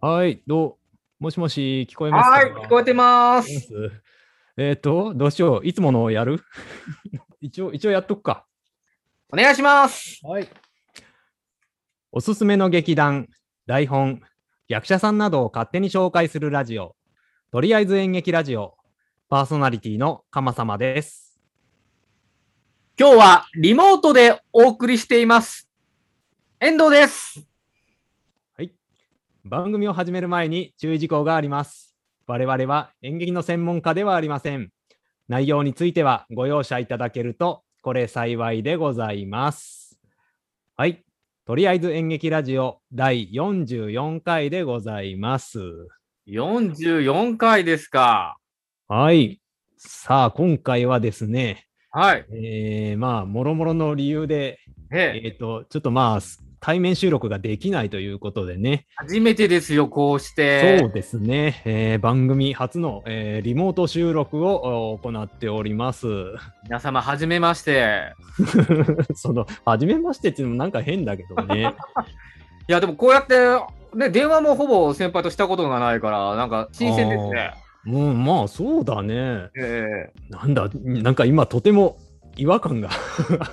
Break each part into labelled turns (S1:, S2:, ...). S1: はい、どうもしもし、聞こえますか
S2: はーい、聞こえてま。
S1: 聞こえますすえっ、と、どうしよう、いつものをやる 一応、一応やっとくか。
S2: お願いします。
S1: はい。おすすめの劇団、台本、役者さんなどを勝手に紹介するラジオ、とりあえず演劇ラジオ、パーソナリティの鎌様です。
S2: 今日はリモートでお送りしています。遠藤です。
S1: 番組を始める前に注意事項があります。我々は演劇の専門家ではありません。内容についてはご容赦いただけると、これ幸いでございます。はい。とりあえず演劇ラジオ第44回でございます。
S2: 44回ですか。
S1: はい。さあ、今回はですね、
S2: はい。
S1: えーまあ、もろもろの理由で、
S2: ええ
S1: えっ、と、ちょっとまあ、対面収録ができないということでね、
S2: 初めてですよ、こうし
S1: そ
S2: て
S1: う。ですね、えー番組初の、えーリモート収録をお行っております。
S2: 皆様、はじめまして。
S1: その、初めましてっていうのもなんか変だけど ね。
S2: いや、でもこうやって、ね、電話もほぼ先輩としたことがないから、なんか新鮮ですね。
S1: もう、まあ、そうだね。
S2: え
S1: なんだ、なんか今、とても違和感が、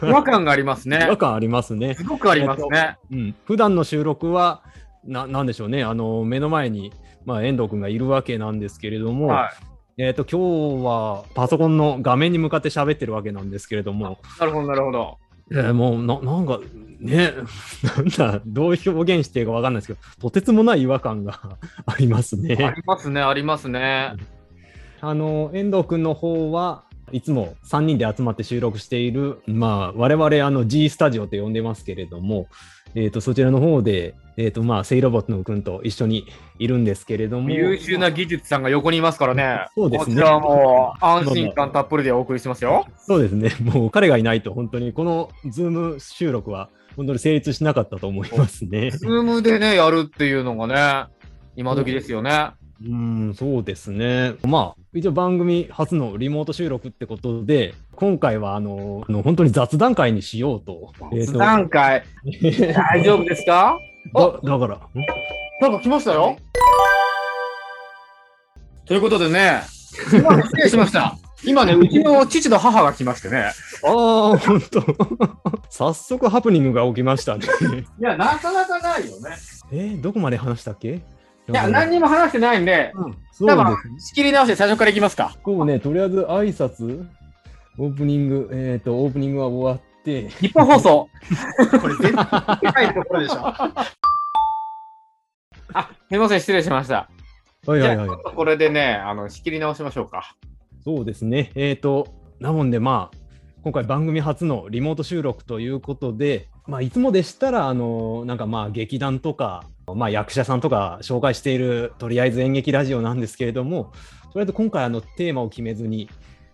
S2: え違和感がありま す
S1: 違和
S2: ね。
S1: 感ありますね。
S2: すごくありますね。
S1: うん、普段の収録はな、なんでしょうね、あの目の前に、まあ、遠藤君がいるわけなんですけれども、
S2: は
S1: えー、と今日はパソコンの画面に向かって喋ってるわけなんですけれども、
S2: い。なるほど、なるほど。
S1: えーもうな、なんかね、なんだ、どう表現していいかわかんないですけど、とてつもない違和感が あります
S2: あ
S1: ね。
S2: りますね、ありますね。
S1: あの遠藤君の方はいつも3人で集まって収録している、まあ、我々あの G スタジオと呼んでますけれども、えー、とそちらの方で、えーとまあ、セイロボットの君と一緒にいるんですけれども
S2: 優秀な技術さんが横にいますからね。
S1: そうですね
S2: こちらはもう安心感たっぷりでお送りしますよ。
S1: そうですね もう彼がいないと本当にこの Zoom 収録は本当に成立しなかったと思いますね。
S2: ズームでね、やるっていうのがね、今時ですよね。
S1: うーん、そうですね。まあ、一応番組初のリモート収録ってことで、今回はあの、あの本当に雑談会にしようと。えーと
S2: 何 回大丈夫ですか
S1: だだから、ん
S2: なんか来ましたよ。ということでね、すいません失礼しました。今ね、うちの父と母が来ましてね。
S1: ああ、本当。 早速ハプニングが起きましたね。
S2: いや、なかなかないよね。
S1: えーどこまで話したっけ
S2: いや、何にも話してないんで、
S1: うんそう
S2: 多
S1: です
S2: 分。仕切り直して最初からいきますか。
S1: こうね、とりあえず挨拶、オープニング、えっ、と、オープニングは終わって、
S2: 日本放送。 これ全然でかいところでしょ。あ、すみません、失礼しました。
S1: はい
S2: じ
S1: は
S2: ゃ
S1: い
S2: あ、
S1: はい
S2: ちょ。っとこれでね、あの仕切り直しましょうか。
S1: そうですね。えっ、と、なもんで、まあ、今回番組初のリモート収録ということで、まあ、いつもでしたら、あの、なんかまあ、劇団とか、まあ、役者さんとか紹介している、とりあえず演劇ラジオなんですけれども、とりあえず今回、あの、テーマを決めずに、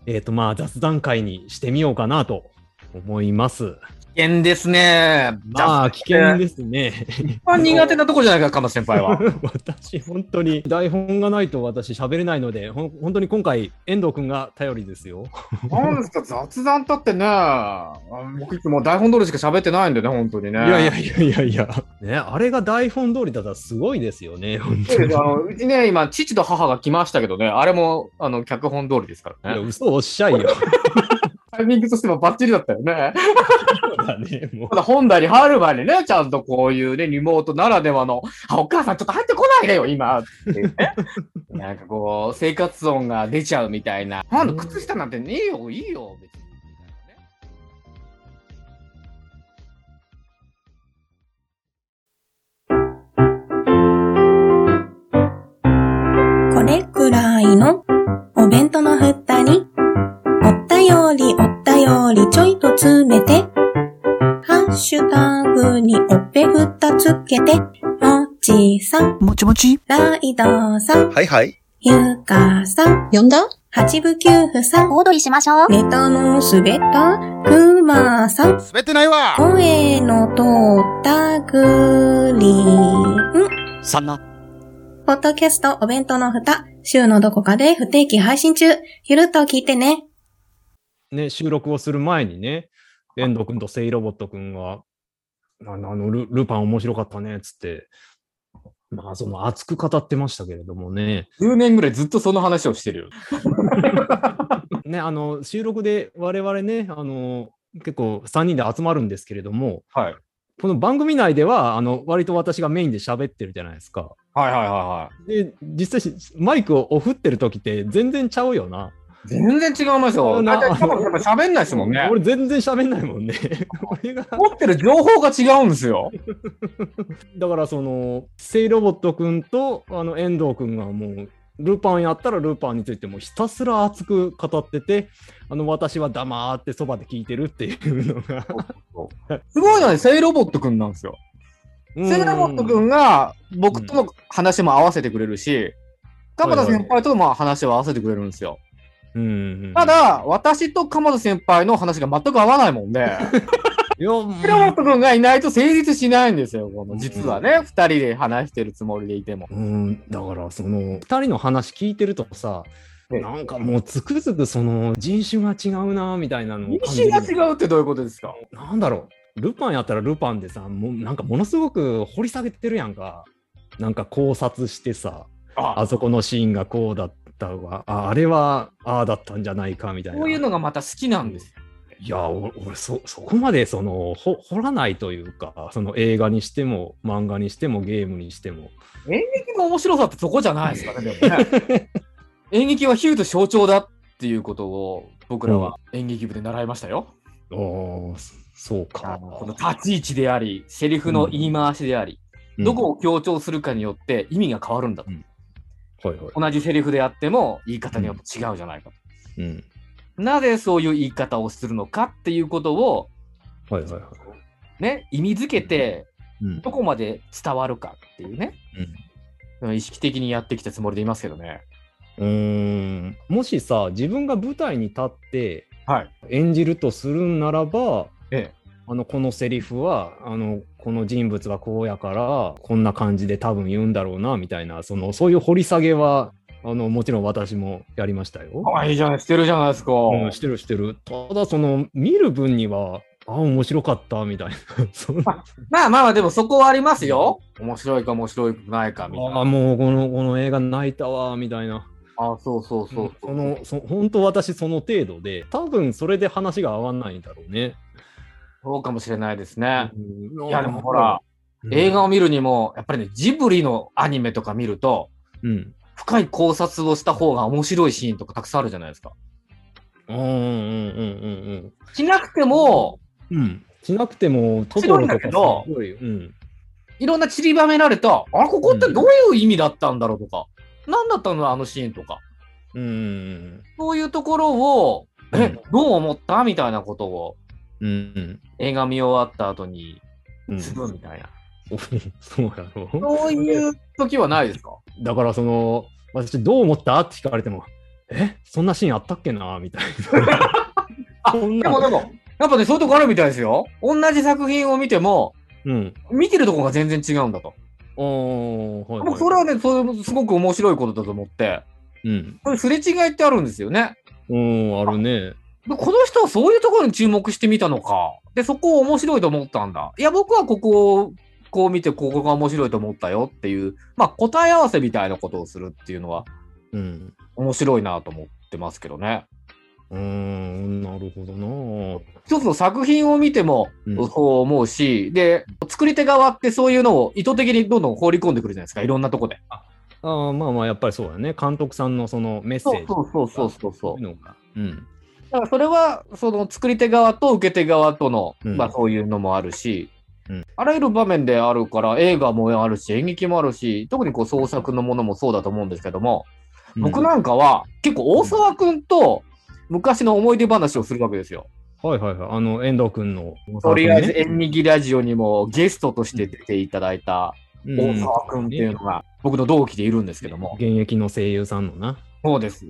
S1: えっ、と、まあ、雑談会にしてみようかなと思います。
S2: 危険ですね。
S1: まあ、危険ですね。
S2: 一番苦手なとこじゃないか、鎌田先輩は。
S1: 私、本当に台本がないと私、喋れないので、ほん本当に今回、遠藤君が頼りですよ。
S2: なんですか、雑談だってね、僕いつも台本通りしか喋ってないんでね、本当にね。
S1: いやいやいやいやいや、ね、あれが台本通りだったらすごいですよね、本
S2: そう
S1: 当
S2: で
S1: に。
S2: すあのうちね、今、父と母が来ましたけどね、あれもあの脚本通りですか
S1: い
S2: ら
S1: や
S2: ね。
S1: 嘘おっしゃいよ。
S2: タイミングとしてもバッチリだったよね。
S1: そうだね、も
S2: ただ本題に入る前にね、ちゃんとこういうね、リモートならではの、あ、お母さんちょっと入ってこないでよ、今っていう ね。なんかこう、生活音が出ちゃうみたいな。なんだ、靴下なんてねえよ、いいよ、別に。みたいなね
S3: これくらいのお弁当の蓋に、おったよりおったよりちょいと詰めて、ハッシュタグにおっぺふたつけて、もちさん、
S4: もちもち
S3: ライドさん、
S5: はいはい。
S3: ゆかさん、
S6: 呼んだ
S3: 八部九夫さん、
S6: オードリーしましょう。
S3: ネタのすべた、くまさん、
S5: 滑ってないわ
S3: 声のとったぐりん。
S4: さんな。
S3: ポッドキャストお弁当の蓋、週のどこかで不定期配信中。ゆるっと聞いてね。
S1: う ね、収録をする前にね、遠藤君とセイロボット君が、あのあのルルパン面白かったねっつって、まあ、その熱く語ってましたけれどもね。
S2: 10年ぐらいずっとその話をしてるよ。
S1: ね、あの、収録で我々ね、あの、結構3人で集まるんですけれども、
S2: はい。
S1: この番組内では、あの、割と私がメインで喋ってるじゃないですか。
S2: はいはいはいは
S1: で、実際、マイクをオフってる時って全然ちゃうよな。
S2: い。全然違います
S1: そ
S2: よ。
S1: うな
S2: 大体、多分やっぱ喋んないですもんね。
S1: 俺全然喋んないもん ね。俺が、
S2: 持ってる情報が違うんですよ。
S1: だからその、セイロボットくんと、あの、遠藤くんがもう、ルパンやったらルパンについてもうひたすら熱く語ってて、あの、私は黙ってそばで聞いてるっていうのが。
S2: すごいのはね、セイロボットくんなんですよ。 セイロボットくんが僕との話も合わせてくれるし、鎌田先輩とも話を合わせてくれるんですよ。
S1: うん、うんうん
S2: ただ、私と鎌田先輩の話が全く合わないも ん
S1: い
S2: で、
S1: や、
S2: セイロボットくんがいないと成立しないんですよ。この実は
S1: う
S2: ね、二人で話してるつもりでいても。
S1: うん、だからその2人の話聞いてるとさ、
S2: ええ
S1: なんかもうつくづくその人種が違うなみたいなのを
S2: 認
S1: 感じ
S2: 識
S1: る
S2: が違うってどういうことですか
S1: なんだろうルパンやったらルパンでさもうなんかものすごく掘り下げてるやんかなんか考察してさ
S2: あ
S1: あそこのシーンがこうだったわああれはああだったんじゃないかみたいな
S2: こういうのがまた好きなんですよ。
S1: いやお俺そそこまでそのほ掘らないというかその映画にしても漫画にしてもゲームにしても
S2: 演劇の面白さってそこじゃないですかね、でも ね演劇は比喩と象徴だっていうことを僕らは演劇部で習いましたよ。
S1: あーそそう
S2: あ
S1: か
S2: のこの立ち位置であり、セリフの言い回しであり、どこを強調するかによって意味が変わるんだと。
S1: はいはい。
S2: 同じセリフであっても言い方によって違うじゃないかと。
S1: うん。
S2: なぜそういう言い方をするのかっていうことを、
S1: はいはいはい。
S2: ね、意味づけて
S1: うん
S2: どこまで伝わるかっていうね、意識的にやってきたつもりでいますけどね。
S1: うーん。もしさ、自分が舞台に立って
S2: はい。
S1: 演じるとするんならば、
S2: ええ
S1: あのこのセリフはあのこの人物はこうやからこんな感じで多分言うんだろうなみたいなそのそういう掘り下げはあのもちろん私もやりましたよ。
S2: あいいじゃない、してるじゃないですか。
S1: うん、してるしてる。ただその見る分にはあ面白かったみたいな その
S2: まあまあまあ、でもそこはありますよ。面白いか面白くないかみたいな。
S1: あもうこのこの映画泣いたわみたいな。
S2: あそうそうそうそう。
S1: そのそ本当私その程度で多分それで話が合わないんだろうね。
S2: そうかもしれないですね。
S1: うん
S2: いや、でもほら、、映画
S1: を、
S2: を見るにも、やっぱりね、ジブリのアニメとか見ると、
S1: うん、
S2: 深い考察をした方が面白いシーンとかたくさんあるじゃないですか。
S1: うんうんうん
S2: しなくても、
S1: うんうんうんしなくてもトトロとか
S2: すごいんだけど
S1: すごいうん
S2: いろんな散りばめられた、あれ、ここってどういう意味だったんだろうとか、何だったのあのシーンとか、
S1: うんうん
S2: そういうところを、
S1: うん
S2: え、どう思ったみたいなこと
S1: う
S2: を、
S1: んうん
S2: 映画見終わった後に、
S1: うん
S2: するみたいな。
S1: そうやろ
S2: そういう時はないですか
S1: だからその私どう思ったって聞かれてもえそんなシーンあったっけなみたいな そん
S2: で
S1: な
S2: もでも、やっぱね、そういうとこあるみたいですよ。同じ作品を見ても、
S1: うん
S2: 見てるとこが全然違うんだと。
S1: おーはい
S2: 僕、それはね、そういうすごく面白いことだと思って、
S1: うん
S2: これすれ違いってあるんですよね。
S1: うんあるね
S2: でこの人はそういうところに注目してみたのか。で、そこを面白いと思ったんだ。いや、僕はここを、こう見て、ここが面白いと思ったよっていう、まあ、答え合わせみたいなことをするっていうのは、
S1: うん
S2: 面白いなと思ってますけどね。
S1: うーん、なるほどな。
S2: 一つの作品を見ても
S1: うん
S2: そう思うし、で、作り手側ってそういうのを意図的にどんどん放り込んでくるじゃないですか、いろんなとこで。
S1: ああまあまあ、やっぱりそうだね。監督さんのそのメッセー
S2: そう
S1: ジ
S2: そうそうそうそうそ
S1: そう
S2: う
S1: いう。のが。うん。
S2: だからそれは、その作り手側と受け手側との、
S1: うん
S2: まあそういうのもあるし、
S1: うん
S2: あらゆる場面であるから、映画もあるし、演劇もあるし、特にこう創作のものもそうだと思うんですけども、僕
S1: うん
S2: なんかは結構大沢くんと昔の思い出話をするわけですよ。
S1: はいはいはい。あの、遠藤君の。
S2: とりあえず
S1: 遠
S2: 演劇ラジオにもゲストとして出ていただいた、大沢くんっていうのが僕の同期でいるんですけども、
S1: 現役の声優さんのな。
S2: そうです。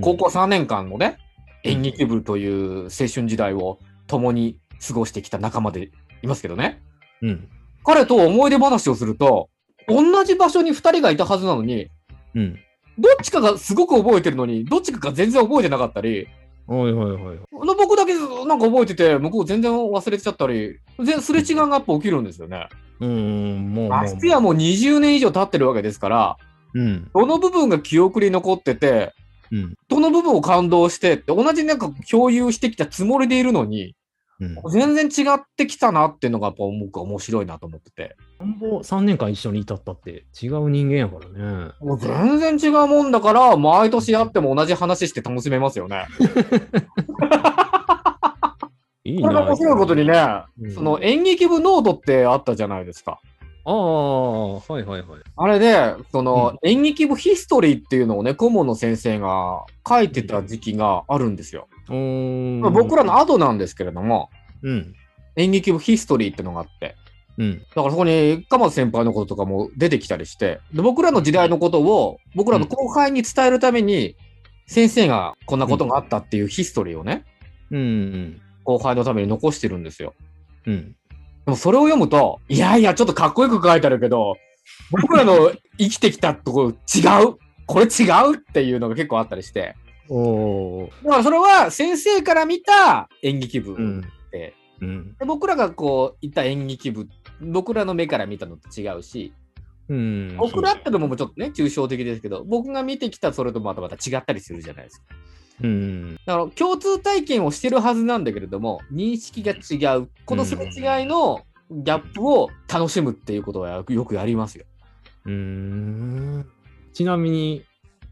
S2: 高校3年間のね、演劇部という青春時代を共に過ごしてきた仲間でいますけどね、
S1: うん。
S2: 彼と思い出話をすると、同じ場所に2人がいたはずなのに、
S1: うん。
S2: どっちかがすごく覚えてるのに、どっちかが全然覚えてなかったり、
S1: はいはいはい。
S2: の僕だけなんか覚えてて、向こう全然忘れちゃったり、ぜすれ違いがやっぱ起きるんですよね。
S1: うん、もう。
S2: ましてやもう20年以上経ってるわけですから、
S1: うん。
S2: どの部分が記憶に残ってて、
S1: うん。
S2: どの部分を感動してって、同じなんか共有してきたつもりでいるのに、
S1: うん。
S2: 全然違ってきたなっていうのが、やっぱ僕は面白いなと思ってて。
S1: なんぼ3年間一緒にいたったって違う人間やからね。
S2: もう全然違うもんだから、毎年やっても同じ話して楽しめますよね。
S1: いい
S2: これが面白いことにね、
S1: うん
S2: その演劇部ノートってあったじゃないですか。
S1: ああ、はいはいはい。
S2: あれで、その、演劇部ヒストリーっていうのをね、顧問の先生が書いてた時期があるんですよ。
S1: おー
S2: まあ僕らの後なんですけれども、
S1: うん。
S2: 演劇部ヒストリーってのがあって、
S1: うん。
S2: だからそこに鎌田先輩のこととかも出てきたりして、で僕らの時代のことを僕らの後輩に伝えるために、先生がこんなことがあったっていうヒストリーをね、
S1: うん。うん。
S2: 後輩のために残してるんですよ。
S1: うん。
S2: でもそれを読むと、いやいや、ちょっとかっこよく書いてあるけど、僕らの生きてきたところ違うこれ違うっていうのが結構あったりして。
S1: おー
S2: だからそれは先生から見た演劇部
S1: うん。
S2: って、
S1: うん。
S2: で僕らがこういた演劇部、僕らの目から見たのと違うし、
S1: うん。
S2: 僕らってのもちょっとね、抽象的ですけど、僕が見てきたそれとまたまた違ったりするじゃないですか。
S1: うん。
S2: だから共通体験をしてるはずなんだけれども、認識が違う。このすれ違いのギャップを楽しむっていうことはよくやりますよ。
S1: うーん。ちなみに、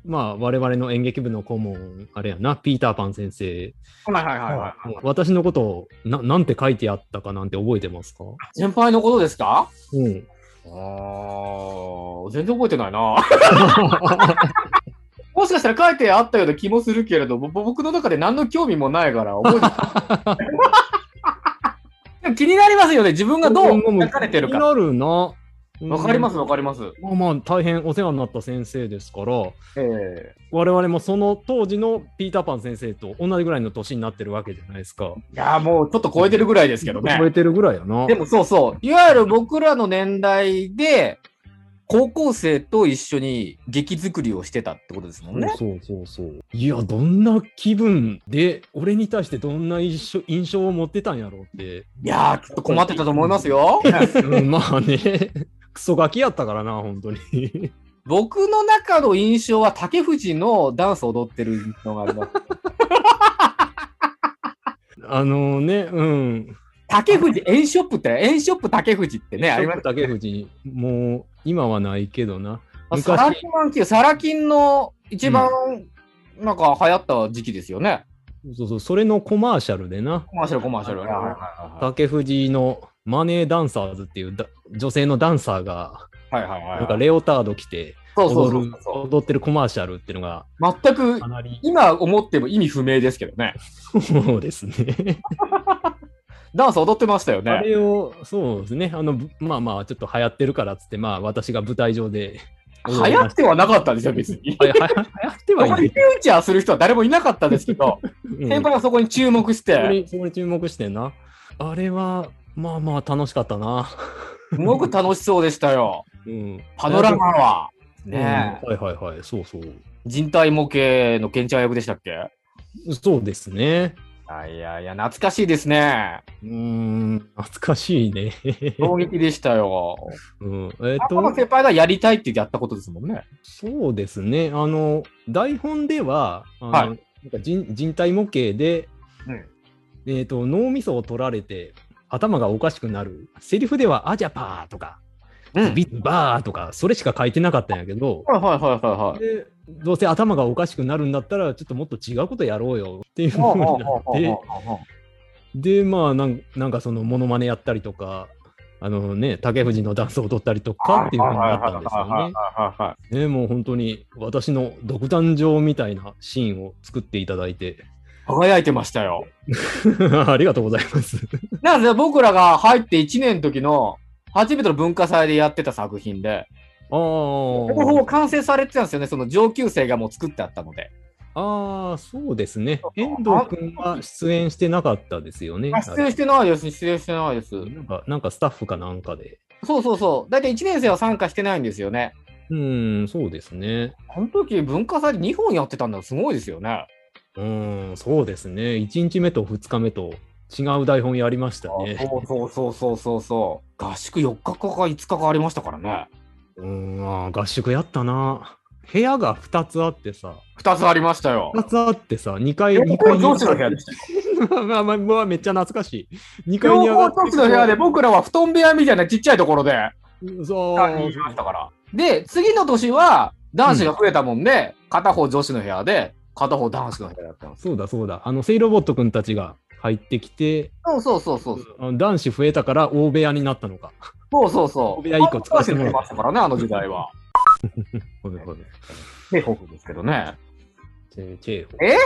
S1: まあ、我々の演劇部の顧問、あれやな、ピーターパン先生。
S2: はいはいは
S1: 私のことをな、なんて書いてあったかなんて覚えてますか
S2: い。先輩のことですか
S1: うん。
S2: あー全然覚えてないな。 もしかしたら書いてあったような気もするけれど、ぼ僕の中で何の興味もないから覚えてない。 でも気になりますよね。自分がどう書かれてる
S1: 気
S2: か。
S1: になるな。
S2: わかります
S1: うん
S2: わかります。
S1: まあまあ大変お世話になった先生ですから
S2: ええ
S1: 我々もその当時のピーターパン先生と同じぐらいの年になってるわけじゃないですか。
S2: いやーもうちょっと超えてるぐらいですけど
S1: 超
S2: ね
S1: え。てるぐらいやな。
S2: でもそうそう。いわゆる僕らの年代で、高校生と一緒に劇作りをしてたってことですもんね。
S1: そうそうそうそう。いやどんな気分で俺に対してどんな印象印象を持ってたんやろうって。
S2: いやー、きっと困ってたと思いま すよ。
S1: うんまあね クソガキやったからな本当に。
S2: 僕の中の印象は竹藤のダンス踊ってるのがあります。
S1: あのねうん。
S2: 竹藤、エンショップって、エンショップ竹藤ってね、あります。
S1: 竹藤もう今はないけどな。昔
S2: サラ金マンキュー、サラ金の一番、なんか流行った時期ですよね。
S1: そうそうそれのコマーシャルでな。
S2: コマーシャル、コマーシャル。
S1: はいはい竹藤のマネーダンサーズっていうだ女性のダンサーが
S2: はいはいはい。
S1: なんかレオタード着て
S2: そうそうそ
S1: 踊
S2: う
S1: る
S2: そう。
S1: 踊ってるコマーシャルっていうのが
S2: 全く
S1: かなり
S2: 今思っても意味不明ですけどね。
S1: そうですね。
S2: ダンス踊ってましたよ
S1: あ
S2: ね。
S1: れをそうですねあのぶまあまあちょっと流行ってるからっつってまあ私が舞台上 で
S2: 流行ってはなかったんですよ、別に。
S1: はやはや 流行って
S2: あ
S1: はい
S2: ま
S1: な
S2: り
S1: い
S2: フ。ューチャーする人は誰もいなかったですけど、
S1: うん
S2: 先輩はそこに注目し
S1: そこ
S2: て、
S1: にそこに注目してんな。あれはまあまあ楽しかったな。
S2: すごく楽しそうでしたよ。
S1: うん、
S2: パノラマは。
S1: うん
S2: ねえ、
S1: はいはいはいそうそう
S2: 人体模型のケンちゃん役でしたっけ
S1: そうですね。
S2: あいやいや、懐かしいですね。
S1: うーん懐かしいね。
S2: 衝撃でしたよ。
S1: うん、えっ、
S2: パパの
S1: と、
S2: 先輩がやりたいってやったことですもんね。
S1: そうですね。あの、台本では、あの
S2: はい
S1: なんか人人体模型で、
S2: うん
S1: えっ、と、脳みそを取られて、頭がおかしくなる。セリフでは、アジャパーとか、
S2: うん。はい
S1: ビッバーとか、それしか書いてなかったんやけど、
S2: はいは いはいはい。
S1: でどうせ頭がおかしくなるんだったら、ちょっともっと違うことやろうよっていうふう
S2: ほう
S1: に
S2: ほう
S1: な
S2: ほう
S1: っ
S2: ほう
S1: て、
S2: ほう
S1: で、まあなん、なんかその、モノマネやったりとか、あのね、竹藤のダンスを踊ったりとかっていうふうになったんですよね。
S2: は
S1: ね、もう本当に私の独壇場みたいなシーンを作っていただいて
S2: い。輝いてましたよ。
S1: ありがとうございます。
S2: なんで僕らが入って1年の時の初めての文化祭でやってた作品で、
S1: あ
S2: ほぼほぼ
S1: ー
S2: 完成されてたんですよね、その上級生がもう作ってあったので。
S1: あー、そうですね。遠藤君は出演してなかったですよね。
S2: あ出演してないです、出演してないです。
S1: なんかなんかスタッフかなんかで。
S2: そうそうそう、大体1年生は参加してないんですよね。
S1: うん、そうですね。
S2: この時文化祭で2本やってたんだ、すごいですよね。
S1: うん、そうですね。1日目と2日目と違う台本やりましたね。
S2: そうそうそうそうそうそう。合宿4日か5日かありましたからね。
S1: うん、あー合宿やったな。部屋が2つあってさ、
S2: 2つありましたよ。
S1: 2つあってさ、2階、
S2: 両
S1: 2
S2: 方
S1: 階
S2: 上司の部屋でした
S1: まあ
S2: よ。
S1: まあまあ、まあめっちゃ懐かしい。2階
S2: 両
S1: に上が
S2: 方
S1: って
S2: 上司の部屋で、僕らは布団部屋みたいなちっちゃいところで、
S1: そう
S2: 3人いましたから。で、次の年は男子が増えたもんで、片方女子の部屋で、片方男子の部屋だったんです
S1: そうだそうだ。あの、セイロボットくんたちが入ってきて、
S2: そうそうそうそう。
S1: あの男子増えたから大部屋になったのか。
S2: そうそうそう。
S1: 小部屋一個使ってもら
S2: ま
S1: う
S2: したからね、あの時代は。
S1: ほべほべ。
S2: で、ホフですけどね。
S1: チェチェ
S2: え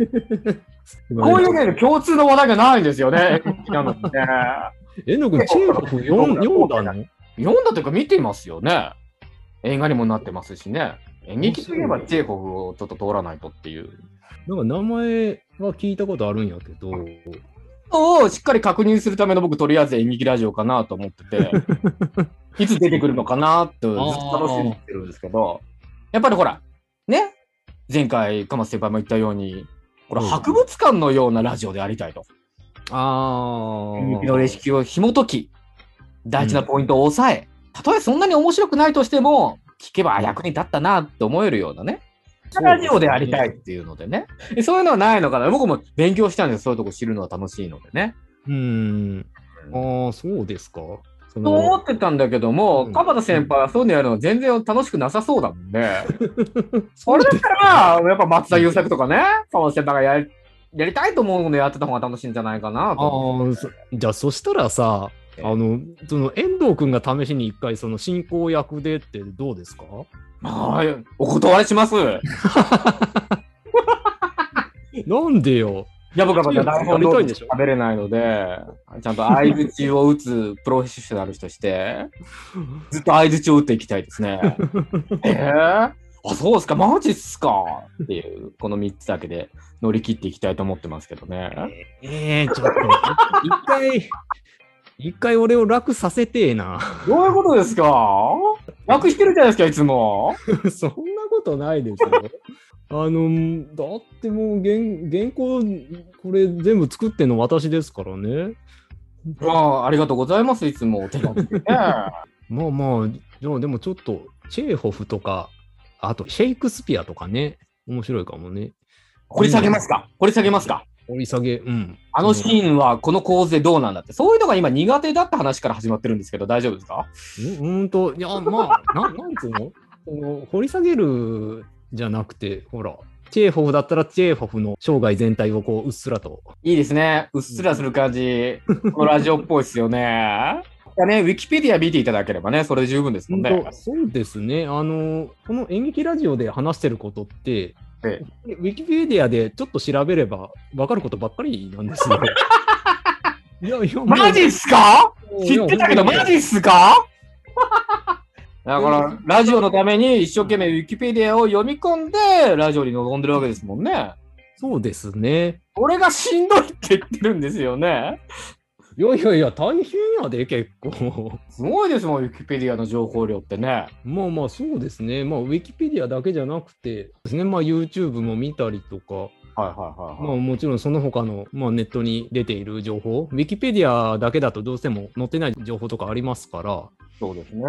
S2: こういうね、共通の話題がないんですよね。なのでね。
S1: えのくん、チェーホフ読ん読んだの
S2: 読んだというか見ていますよね。映画にもなってますしね。演劇といえばチェーホフをちょっと通らないとっていう。
S1: なんか名前は聞いたことあるんやけど、
S2: をしっかり確認するための僕、とりあえず演劇ラジオかなと思ってて、いつ出てくるのかなってずっと楽しみにしてるんですけど、やっぱりほら、ね、前回、鎌瀬先輩も言ったように、これ
S1: うん
S2: 博物館のようなラジオでありたいと。
S1: あ
S2: 演劇のレシピを紐解き、大事なポイントを抑え、たとえそんなに面白くないとしても、聞けばあ役に立ったなって思えるようなね、ラジオでありたいっ。ていうのでね、そういうのはないのかな。僕も勉強したんですそういうとこ知るのは楽しいのでね。
S1: うん。ああ、そうですか。そ
S2: と思ってたんだけども、
S1: うん
S2: 鎌田先輩はそういうのやるの全然楽しくなさそうだもんね。そ
S1: れ
S2: れだったら、やっぱ松田優作とかね、鎌田先輩がやりやりたいと思うのでやってた方が楽しいんじゃないかな
S1: あ
S2: と。
S1: ーそじゃあそしたらさあのその遠藤君が試しに一回その進行役でってどうですか
S2: はい、お断りします。い
S1: なんでよ
S2: や、僕はまだ台本通りに
S1: やりたいんでしょ
S2: 食べれないので、ちゃんと相づちを打つプロフェッショナルとして、ずっと相づちを打っていきたいですね。 えーあ、そうですか、マジっすかっていう、この3つだけで乗り切っていきたいと思ってますけどね。
S1: ええちょっと一回一回俺を楽させてえな
S2: どういうことですか楽してるじゃないですか、いつも。
S1: そんなことないですよあのだってもう原原稿これ全部作ってんの私ですからね
S2: まあ、ありがとうございます、いつも。手書きでね。
S1: まあまあでもでもちょっとチェーホフとかあとシェイクスピアとかね面白いかもね
S2: 掘り下げますか掘り下げますか
S1: 掘り下げうん
S2: あのシーンはこの構図でどうなんだって。そういうのが今苦手だって話から始まってるんですけど、大丈夫ですか
S1: ううーんと、いや、まあ、 なんなんつうのその掘り下げるじゃなくて、ほら、チェーホフだったらチェーホフの生涯全体をこう、うっすらと。
S2: いいですね。うっすらする感じ。このラジオっぽいですよね。いやね、ウィキペディア見ていただければね、それで十分ですもんね。
S1: ほんとそうですね。あの、この演劇ラジオで話してることって、
S2: え
S1: ウィキペディアでちょっと調べれば分かることばっかりなんです よ。いやいや、
S2: マジっすか知ってたけど、マ
S1: ジ
S2: ジっすかだから、ラジオのために一生懸命ウィキペディアを読み込んで、ラジオに臨んでるわけですもんね。
S1: そうですね。
S2: 俺がしんどいって言ってるんですよね。
S1: いやいやいや、大変やで、結構。
S2: すごいですもん、ウィキペディアの情報量ってね。
S1: まあまあそうですね、まあ、ウィキペディアだけじゃなくてです、ねまあ、YouTube も見たりとか、
S2: はいはいはい、
S1: ま
S2: は
S1: あ、
S2: い。
S1: もちろんその他の、まあ、ネットに出ている情報、ウィキペディアだけだとどうしても載ってない情報とかありますから、
S2: そうですね。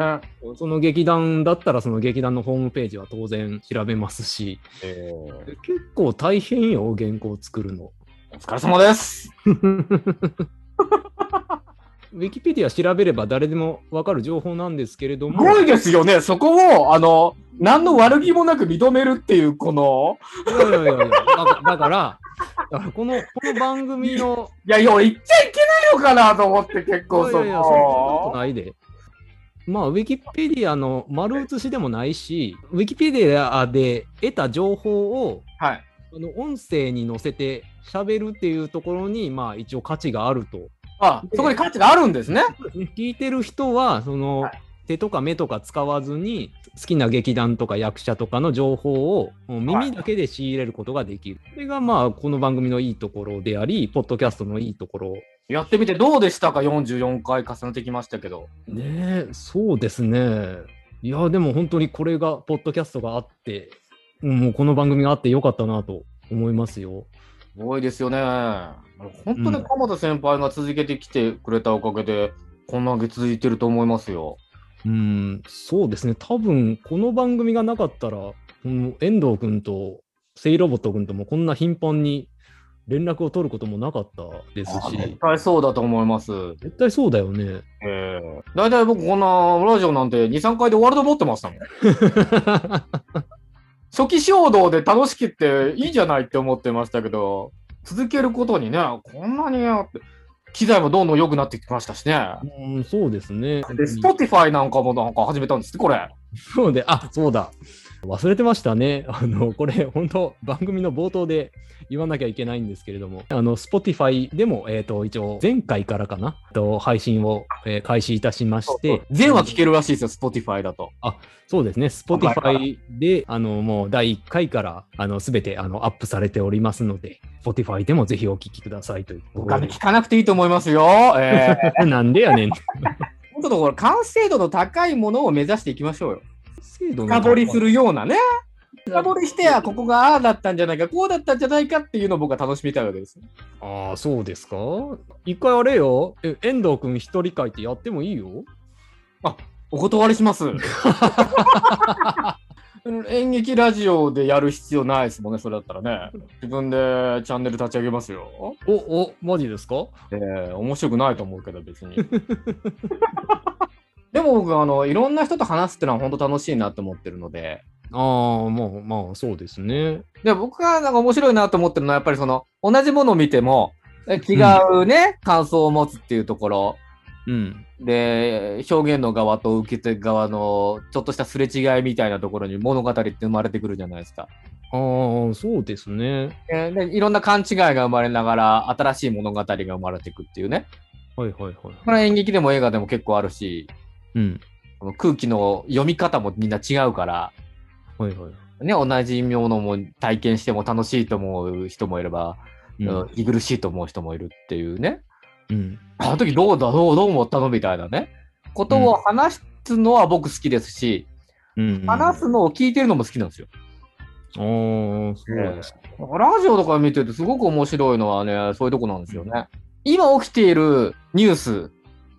S1: その劇団だったらその劇団のホームページは当然調べますし、
S2: えー
S1: 結構大変よ、原稿作るの。
S2: お疲れ様です。
S1: ウィキペディア調べれば誰でも分かる情報なんですけれど
S2: す
S1: も、
S2: ごいですよね。そこを、あの、何の悪気もなく認めるっていう、この。
S1: いやいやいやいやだかだから、だからこのこの番組の
S2: いやいや、俺言っちゃいけないのかなと思って、結構
S1: い
S2: そ
S1: やいやいやそんなこと
S2: こ。
S1: ないで。まあ、ウィキペディアの丸写しでもないし、ウィキペディアで得た情報を
S2: はい。
S1: あの音声に載せて喋るっていうところに、まあ、一応価値があると。
S2: あ、そこに価値があるんですね。
S1: 聞いてる人は、その、
S2: はい
S1: 手とか目とか使わずに、好きな劇団とか役者とかの情報をもう耳だけで仕入れることができる。それが、まあ、この番組のいいところであり、ポッドキャストのいいところ
S2: やってみてどうでしたか ?44 回重ねてきましたけど。
S1: ねえ、そうですね。いや、でも本当にこれが、ポッドキャストがあって、うんもうこの番組があってよかったなと思いますよ。
S2: すごいですよね。本当
S1: う
S2: に
S1: ん
S2: 鎌田先輩が続けてきてくれたおかげで、こんなけ続いてると思いますよ。
S1: うん、そうですね、多分この番組がなかったら、この遠藤君とセイロボット君ともこんな頻繁に連絡を取ることもなかったです
S2: あ
S1: し
S2: 絶、対そうだと思います。
S1: 絶対そうだよね。
S2: ええ大体僕こんなラジオなんて2、3回で終わると思ってましたもん。初期衝動で楽しくっていいんじゃないって思ってましたけど、続けることにね、こんなにやって、機材もどんどん良くなってきましたしね。
S1: うん、そうですね。
S2: で、Spotify なんかもなんか始めたんですって、これ。
S1: そうで、あそうだ。忘れてましたね。あの、これ、本当番組の冒頭で言わなきゃいけないんですけれども、あの、Spotify でも、えっ、と、一応、前回からかな、えっと配信を、えー開始いたしまして、
S2: 全話聞けるらしいですよ、Spotify だと。
S1: そうですね、
S2: 今回から
S1: Spotify で、あの、もう第1回から、あの、すべて、あの、アップされておりますので、Spotify でもぜひお聞きくださいというとこ
S2: お
S1: ろ
S2: 金
S1: で。
S2: 聞かなくていいと思いますよ。ええ
S1: なんでやねん。
S2: 本当だ、これ、完成度の高いものを目指していきましょうよ。
S1: 制度の
S2: 深掘りするようなね。深掘りして、あ、ここがああだったんじゃないか、こうだったんじゃないかっていうのを僕は楽しみたいわけです。
S1: ああ、そうですか一回あれよ、え遠藤君一人会ってやってもいいよ。
S2: お断りします。 演劇ラジオでやる必要ないですもんね、それだったらね。自分でチャンネル立ち上げますよ。
S1: お、お、マジですか
S2: ええ面白くないと思うけど、別に。 でも僕、あの、いろんな人と話すってのは本当楽しいなと思ってるので。
S1: ああ、まあまあ、そうですね。
S2: で、僕がなんか面白いなと思ってるのは、やっぱりその、同じものを見ても、え違うね、感想を持つっていうところ。
S1: うん。
S2: で、表現の側と受け手側の、ちょっとしたすれ違いみたいなところに物語って生まれてくるじゃないですか。
S1: ああ、そうですね。
S2: えーでいろんな勘違いが生まれながら、新しい物語が生まれていくっていうね。
S1: はいはいはい。
S2: これは演劇でも映画でも結構あるし、
S1: うん。
S2: この空気の読み方もみんな違うから、
S1: はいはい。
S2: ね、同じものも体験しても楽しいと思う人もいれば、
S1: う
S2: うん
S1: ん。
S2: 息苦しいと思う人もいるっていうね。
S1: うん。
S2: あの時どうだ、どう、どう思ったのみたいなね。ことを話すのは僕好きですし、
S1: うん、
S2: 話すのを聞いてるのも好きなんですよ。
S1: ああ、そうですか。
S2: ラジオとか見ててすごく面白いのはね、そういうとこなんですよね。今起きているニュース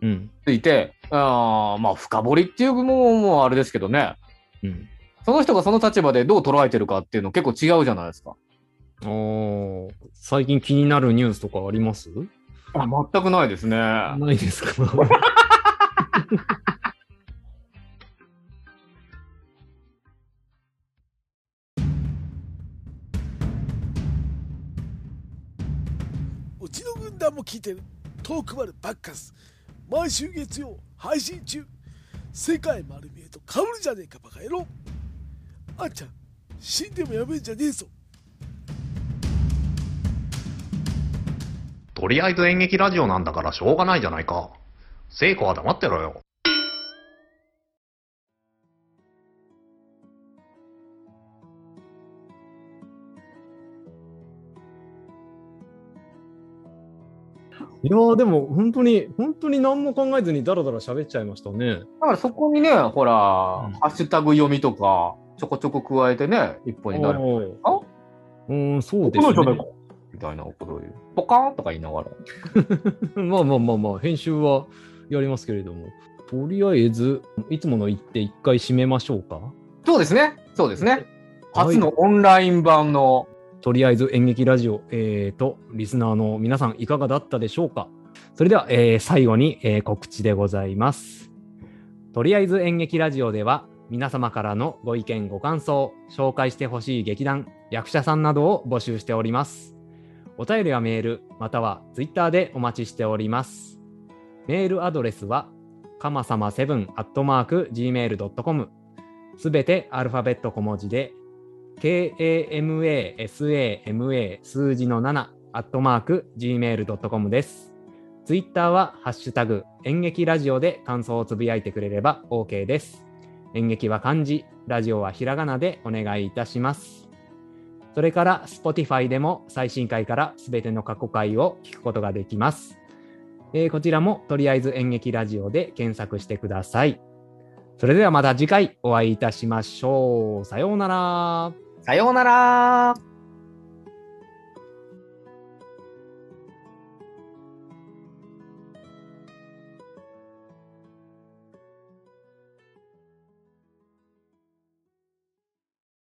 S1: うん。
S2: ついて、あーまあ、深掘りっていうのも、もうあれですけどね。
S1: うん。
S2: その人がその立場でどう捉えてるかっていうの結構違うじゃないですか。
S1: あー最近気になるニュースとかあります
S2: あ全くないですね。あ
S1: ないですか
S4: うちの軍団も聞いてるトークバルバッカス毎週月曜配信中世界丸見えと被るじゃねえかバカ野郎あんちゃん死んでもやめんじゃねえぞ
S5: とりあえず演劇ラジオなんだからしょうがないじゃないか。聖子は黙ってろよ。
S1: いやーでも本当に、本当に何も考えずにダラダラ喋っちゃいましたね。
S2: だからそこにね、ほら、
S1: うん
S2: ハッシュタグ読みとか、ちょこちょこ加えてね、一本になる。
S1: る
S2: あ
S1: うん、そうですね。
S2: みたいなことを言う。ポカーンとか言いながら。
S1: まあまあまあまあ、編集はやりますけれども、とりあえず、いつもの言って一回締めましょうか。
S2: そうですね。そうですね。
S1: はい
S2: 初のオンライン版の、
S1: とりあえず演劇ラジオ、えー、と、リスナーの皆さん、いかがだったでしょうかそれでは、えー最後に、えー告知でございます。とりあえず演劇ラジオでは、皆様からのご意見、ご感想、紹介してほしい劇団、役者さんなどを募集しております。お便りはメール、またはツイッターでお待ちしております。メールアドレスは、かまさま7 gmail.com すべてアルファベット小文字で、kamasama 数字の7アットマーク gmail.com です。ツイッターはハッシュタグ演劇ラジオで感想をつぶやいてくれれば OK です。演劇は漢字、ラジオはひらがなでお願いいたします。それから Spotify でも最新回からすべての過去回を聞くことができます。えーこちらもとりあえず演劇ラジオで検索してください。それではまた次回お会いいたしましょう。さようなら。
S2: さようなら。